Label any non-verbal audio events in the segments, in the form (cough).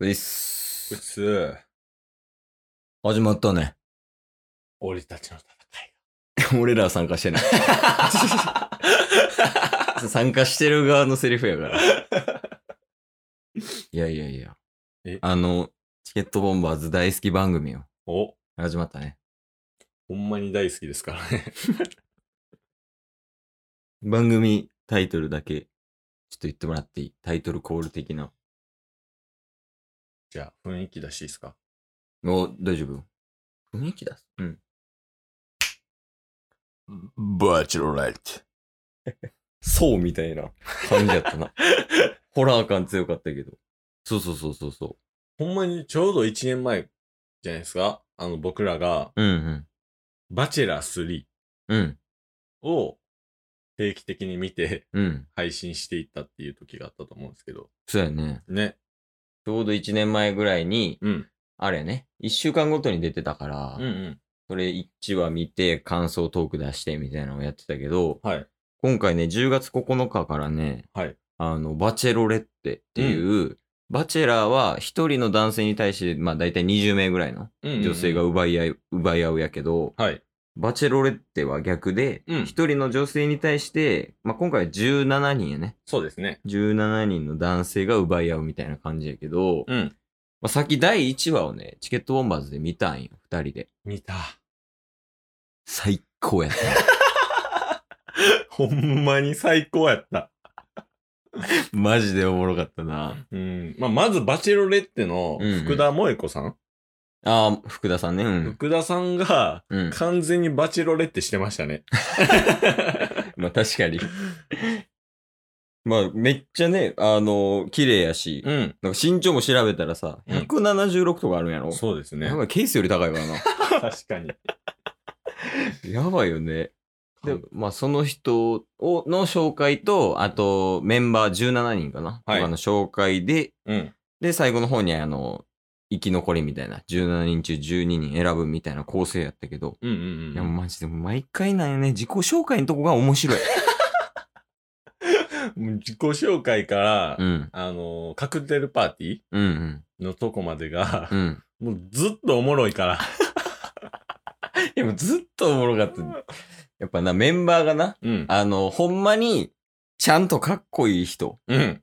ういっすうっ。すー始まったね。俺たちの戦 (laughs) い俺らは参加して (laughs) ない。参加してる側のセリフやから。いやいやいやえ。あの、チケットボンバーズ大好き番組よ。お始まったね。ほんまに大好きですからね (laughs) 番組タイトルだけ、ちょっと言ってもらっていいタイトルコール的な。じゃあ雰囲気出していいですかお、大丈夫雰囲気出す。うん。バーチャルライト。そうみたいな感じやったな。 (laughs) ホラー感強かったけど。そうそうそうそうそほんまにちょうど1年前じゃないですかあの僕らがう。うん「バチェラーうん。うん。 3」を定期的に見て (laughs) うん。配信していったっていう時があったと思うんですけどそうやね。ねちょうど1年前ぐらいに、うんあれやね、1週間ごとに出てたから、うんうんそれ1話見て感想トーク出してみたいなのをやってたけど、はい今回ね、10月9日からね、はいあの、バチェロレッテっていう、バチェラーは一人の男性に対して、まあ大体20名ぐらいのうんうんうん女性が奪い合い、奪い合うやけど、はいバチェロレッテは逆で、うん一人の女性に対して、まあ今回は17人やね。そうですね17人の男性が奪い合うみたいな感じやけど、まうんあさっき第1話をね、チケットボンバーズで見たんよ、二人で。見た (laughs) 最高やった。ほんまに最高やった (laughs) マジでおもろかったな。うんまあ、まずバチェロレッテの福田萌子さん、ああ、福田さんね。うん。福田さんがうん。完全にバチェロレッテしてましたね。まあ確かに。 (laughs) まあめっちゃね、あの綺麗やし、うん。なんか身長も調べたらさ、うん176とかあるんやろ、そうですねや。ばい、ケースより高いからな。確かに。 (laughs) やばいよね。でで、まあその人をの紹介と、あとメンバー17人かな、はいとかの紹介で、うん。で、最後の方にあの、生き残りみたいな、17人中12人選ぶみたいな構成やったけど、うんうんいうや、ん。マジで毎回なんよね、自己紹介のとこが面白い。もう自己紹介から、うん、あのーカクテルパーティうん、うん、ーのとこまでがう、ん。もうずっとおもろいから。いや、もうずっとおもろかった。やっぱな、メンバーがな、うん。あの、ほんまに、ちゃんとかっこいい人。うん。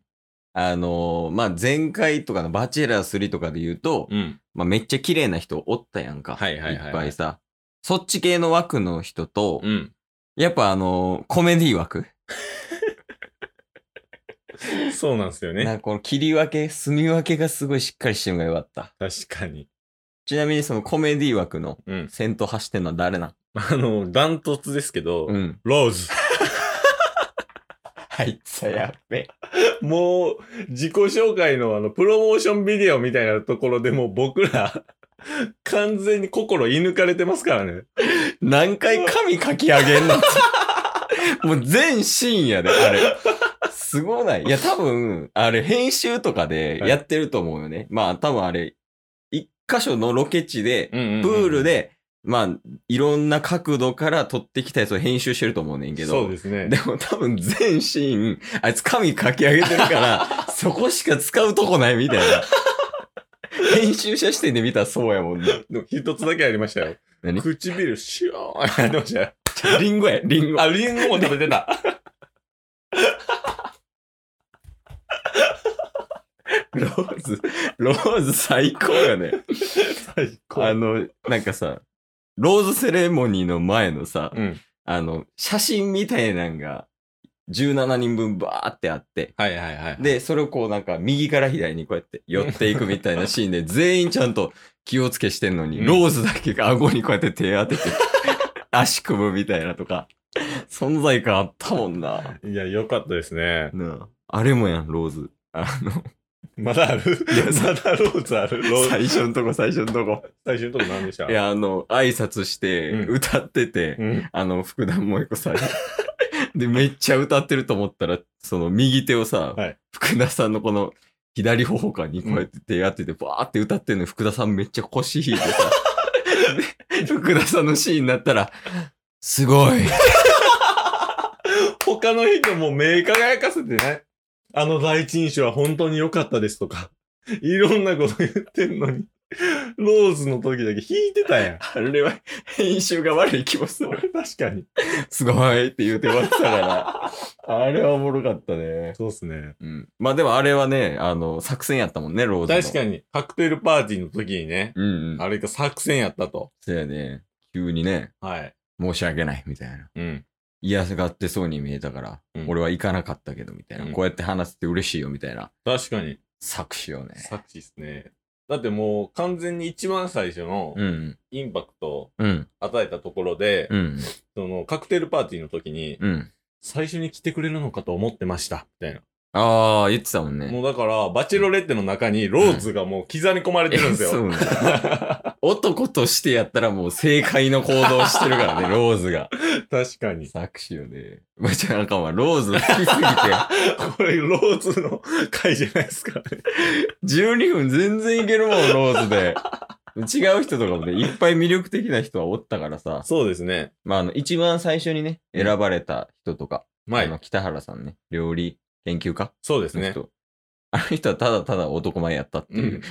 あの、まあ、前回とかのバチェラー3とかで言うと、うん。まあ、めっちゃ綺麗な人おったやんか。はいはいはいはいっぱいさ。そっち系の枠の人と、うん。やっぱあの、コメディ枠。そうなんですよなんね。かこの切り分け、住み分けがすごいしっかりしてるのがよかった。確かに。ちなみにそのコメディ枠のうん。先頭走ってんのは誰なんあのー、ダントツですけど、ん。ローズ。 (laughs) あいつはやっ (laughs) べ。もう、自己紹介のあの、プロモーションビデオみたいなところでもう僕ら、完全に心射抜かれてますからね。何回髪かき上 (laughs) げんのもう全シーンやで、あれ。すごない。いや、多分、あれ、編集とかでやってると思うよね。まあ、多分あれ、一箇所のロケ地で、んプール、で、まあ、いろんな角度から撮ってきたやつを編集してると思うねんけど。そうですねで。も多分全シーン、あいつ髪かき上げてるから、そこしか使うとこないみたいな。編集者視点で見たらそうやもんね。でも一つだけありましたよ。何唇、シューンってなってましたよ。リンゴや、リンゴ。あ、リンゴも食べてた。ローズ、ローズ最高やね。最あの、なんかさ、ローズセレモニーの前のさ、うん。あの、写真みたいなんが、17人分バーってあって、はいはいはい。で、それをこうなんか右から左にこうやって寄っていくみたいなシーン (laughs) で、全員ちゃんと気をつけしてんのに、うんローズだけが顎にこうやって手当 (laughs) てて、足組むみたいなとか、存在感あったもんな。いや、よかったですね。なああれもやん、ローズ。あの、まだあるや (laughs) まだローズあるローズ。最初のとこ、最初のとこ。最初のとこ何でしたい、や、あの、挨拶して、うん歌ってて、うん。あの、福田萌子 (laughs) さんに。で、めっちゃ歌ってると思ったら、その右手をさ、はい福田さんのこの左頬かにこうやって手当てて、バーって歌ってんのに福田さんめっちゃ腰引いてさ、 (laughs) で福田さんのシーンになったら、すごい。他の人も目輝かせてね。あの第一印象は本当に良かったですとか。いろんなこと言ってんのに、ローズの時だけ弾いてたやん。あれは編集が悪い気もすそる。れ (laughs) 確かに。すごいって言うてましたから。 (laughs) あれはおもろかったね。そうっすね。うん。まあでもあれはね、あの、作戦やったもんね、ローズの。確かに、カクテルパーティーの時にね、に。うんうん。あれが作戦やったと。そうやね。急にね、はい。申し訳ないみたいな。うん。嫌がってそうに見えたから、うん俺は行かなかったけど、みたいな、うんこうやって話して嬉しいよ、みたいな。確かに、作詞をね。作詞っすね。だってもう完全に一番最初のうん。インパクトをうん。与えたところで、うん。そのカクテルパーティーの時に、うん。最初に来てくれるのかと思ってました、みたいな。ああ、言ってたもんね。もうだから、バチェロレッテの中にローズがもう刻み込まれてるんですえそうよ。なんだ男としてやったらもう正解の行動をしてるからね、 (laughs) ローズが。確かに。作詞よね。まあ、じゃあなんかまあ、ローズ好きすぎて、 (laughs) これ、ローズの回じゃないですかね。 12分全然いけるもん、ローズで。違う人とかもね、いっぱい魅力的な人はおったからさ、そうですね。まあ、あの、一番最初にね、うん選ばれた人とか、まあの、あ、北原さんね、料理研究家そうですのね人。。あの人はただただ男前やったってう。。いうん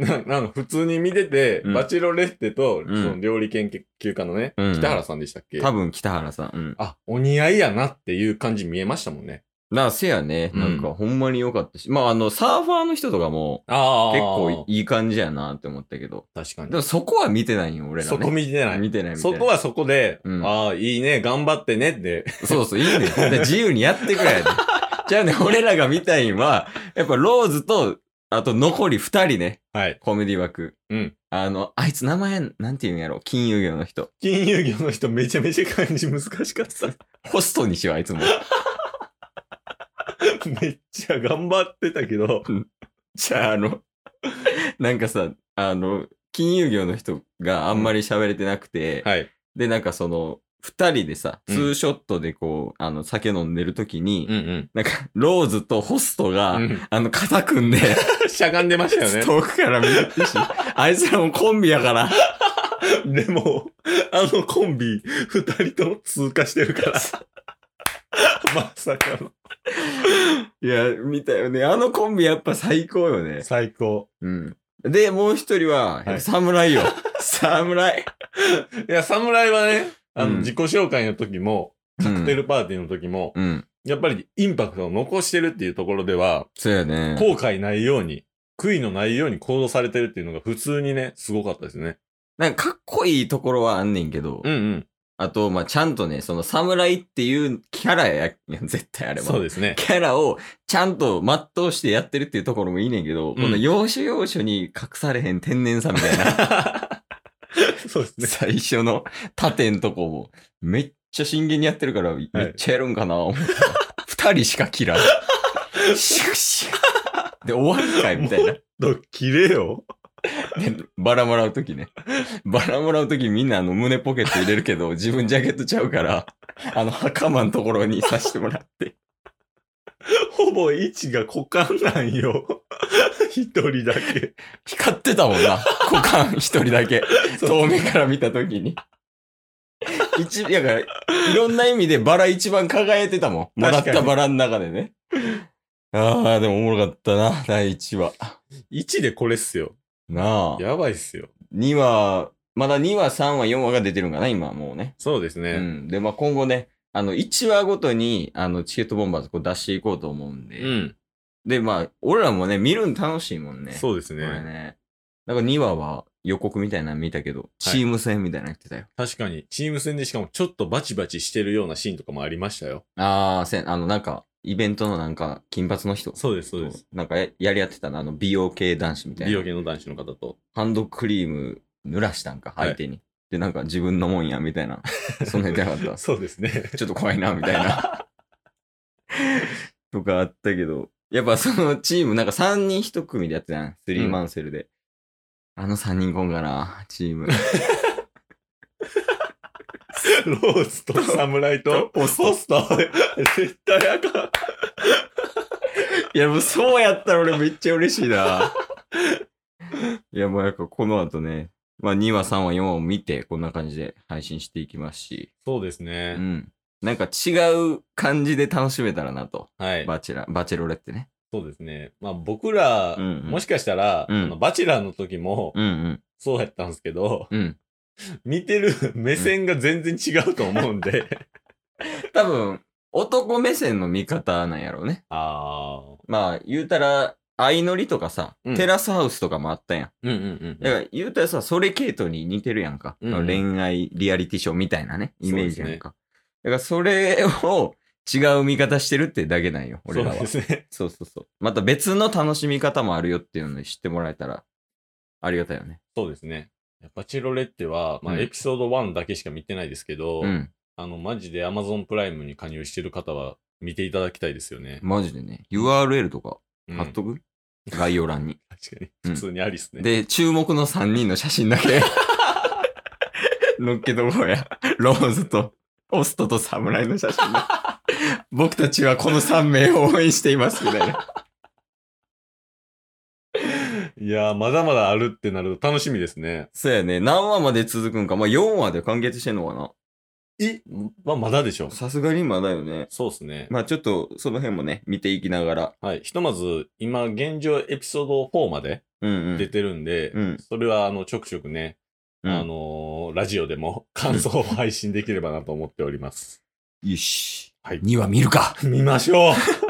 ななんか普通に見てて、うんバチェロレッテと、んその料理研究家のね、うん北原さんでしたっけ多分北原さん。うん。だかあ、お似合いやなっていう感じ見えましたもんね。らせやね、うんなんかほんまに良かったし、まあ、あの、サーファーの人とかも、あ結構いい感じやなって思ったけど。確かに。でもそこは見てないよ、俺ら、ね。そこ見てない。見てない見てそないこはそこで、うんああ、いいね、頑張ってねって。そうそう、いいねん。だ (laughs) から自由にやってくれ。じゃあね、俺らが見たいんは、やっぱローズと、あと残り二人ね、はい。コメディ枠。うん。あの、あいつ名前、なんて言うんやろ、金融業の人。金融業の人めちゃめちゃ漢字難しかった。ホストにしよう、あいつも。めっちゃ頑張ってたけど、じゃあ、あの、なんかさ、あの、金融業の人があんまり喋れてなくて、はい。で、なんかその、二人でさ、うんツーショットでこう、あの、酒飲んでる時に、んなんか、ローズとホストが、うん。あの、肩組んで、しゃがんでましたよね。遠くから見るし、あいつらもコンビやから、でも、あのコンビ、二人とも通過してるから。 (laughs) まさかの。いや、見たよね。あのコンビやっぱ最高よね。最高。うん。で、もう一人は、はい侍 (laughs) よ。侍。いや、侍はね、あうんの、自己紹介の時も、カカクテルパーティーの時も、うん。うん。やっぱりインパクトを残してるっていうところでは、そうやね。後悔ないように、悔いのないように行動されてるっていうのが普通にね、すごかったですね。なんかかっこいいところはあんねんけど、んうん。あと、まあ、ちゃんとね、その侍っていうキャラや、 (laughs) いや絶対あれは。そうですね。 (laughs) キャラをちゃんと全うしてやってるっていうところもいいねんけど、んこの要所要所に隠されへん天然さみた (laughs) いな。そうですね。最初の縦んとこも、めっちゃ真剣にやってるから、めっちゃやるんかな、思った。二人しか切らん。(laughs) シュッシュッで、終わるかいみたいな。どっきれよ。で、バラもらうときね。バラもらうときみんなあの胸ポケット入れるけど、自分ジャケットちゃうから、あの袴のところにさしてもらって。ほぼ位置が股間なんよ。一人だけ。光ってたもんな。股間一人だけ。そう遠目から見たときに。一、だから、いろんな意味でバラ一番輝いてたもん。もらっ確かにたバラの中でね。ああ、でもおもろかったな、第1話。位置でこれっすよ。なあ。やばいっすよ。 2話、まだ2話、3話、4話が出てるんかな、今もうね。そうですうね。ん。で、まあ今後ね、あの、1話ごとに、あの、チケットボンバーズこう出していこうと思うんで。うん。で、まあ、俺らもね、見るの楽しいもんね。そうですうね。これね。ね。だから2話は予告みたいなの見たけど、チーム戦みたいなの言ってたよ。確かに、チーム戦でしかもちょっとバチバチしてるようなシーンとかもありましたよ。ああ、せん、あの、なんか、イベントのなんか、金髪の人。そうです、そうです。なんかや、やり合ってたな、あの、美容系男子みたい美な。容系の男子の方と。ハンドクリーム濡らしたんか、はい相手に。で、なんか、自分のもんや、みた (laughs) いな。そんなん言ってなかっそうですね。 (laughs) た。ちょっと怖いな、みたいな。 (laughs) とかあったけど、やっぱそのチーム、なんか3人1組でやってたん。スリーマンセルで。あの3人こんかな、チーム。ローズと侍とホホスト、絶対あかん。 (laughs) いや、もうそうやったら俺めっちゃ嬉しいな。 (laughs) いや、もうやっぱこの後ね、まあ2話、3話、4話を見て、こんな感じで配信していきますし、そうですうね。ん。なんか違う感じで楽しめたらなと。はい。バチェラ、バチェロレってね。そうですね。まあ僕ら、うんうんもしかしたら、うんあのバチェラーの時もうんうん。そうやったんですけど、うん。見てる目線が全然違うと思うんで。多分、男目線の見方なんやろうね。 (laughs) ああ。まあ、言うたら、相乗りとかさ、うんテラスハウスとかもあったやん。うんうんだから、言うたらさ、それ系統に似てるやんか。うんうん恋愛リアリティショーみたいなね、イメージやんか。だから、それを違う見方してるってだけなんよ、俺そうらはで。すね。そうそうそう。また別の楽しみ方もあるよっていうのを知ってもらえたら、ありがたいよね。そうですね。バチェロレッテは、まあ、うんエピソード1だけしか見てないですけど、うん。あの、マジで Amazon プライムに加入してる方は見ていただきたいですよね。マジでね、URL とかうん貼っとく、概要欄に。確かに。うん普通にありっすね。で、注目の3人の写真だけ、のっけとこうや。ローズと、オストと侍の写真だ。僕たちはこの3名を応援しています、みたいな。いやー、まだまだあるってなると楽しみですね。そうやね。何話まで続くんか。まあ、4話で完結してんのかな。えまあ、まだでしょ。さすがにまだよね。そうですね。まあ、ちょっと、その辺もね、見ていきながら。はい。ひとまず、今、現状エピソード4までうんうん。出てるんで、うんそれは、あの、ちょくちょくね、うんあのーラジオでも (laughs) 感想を配信できればなと思っております。よし。はい2話見るか。見ましょう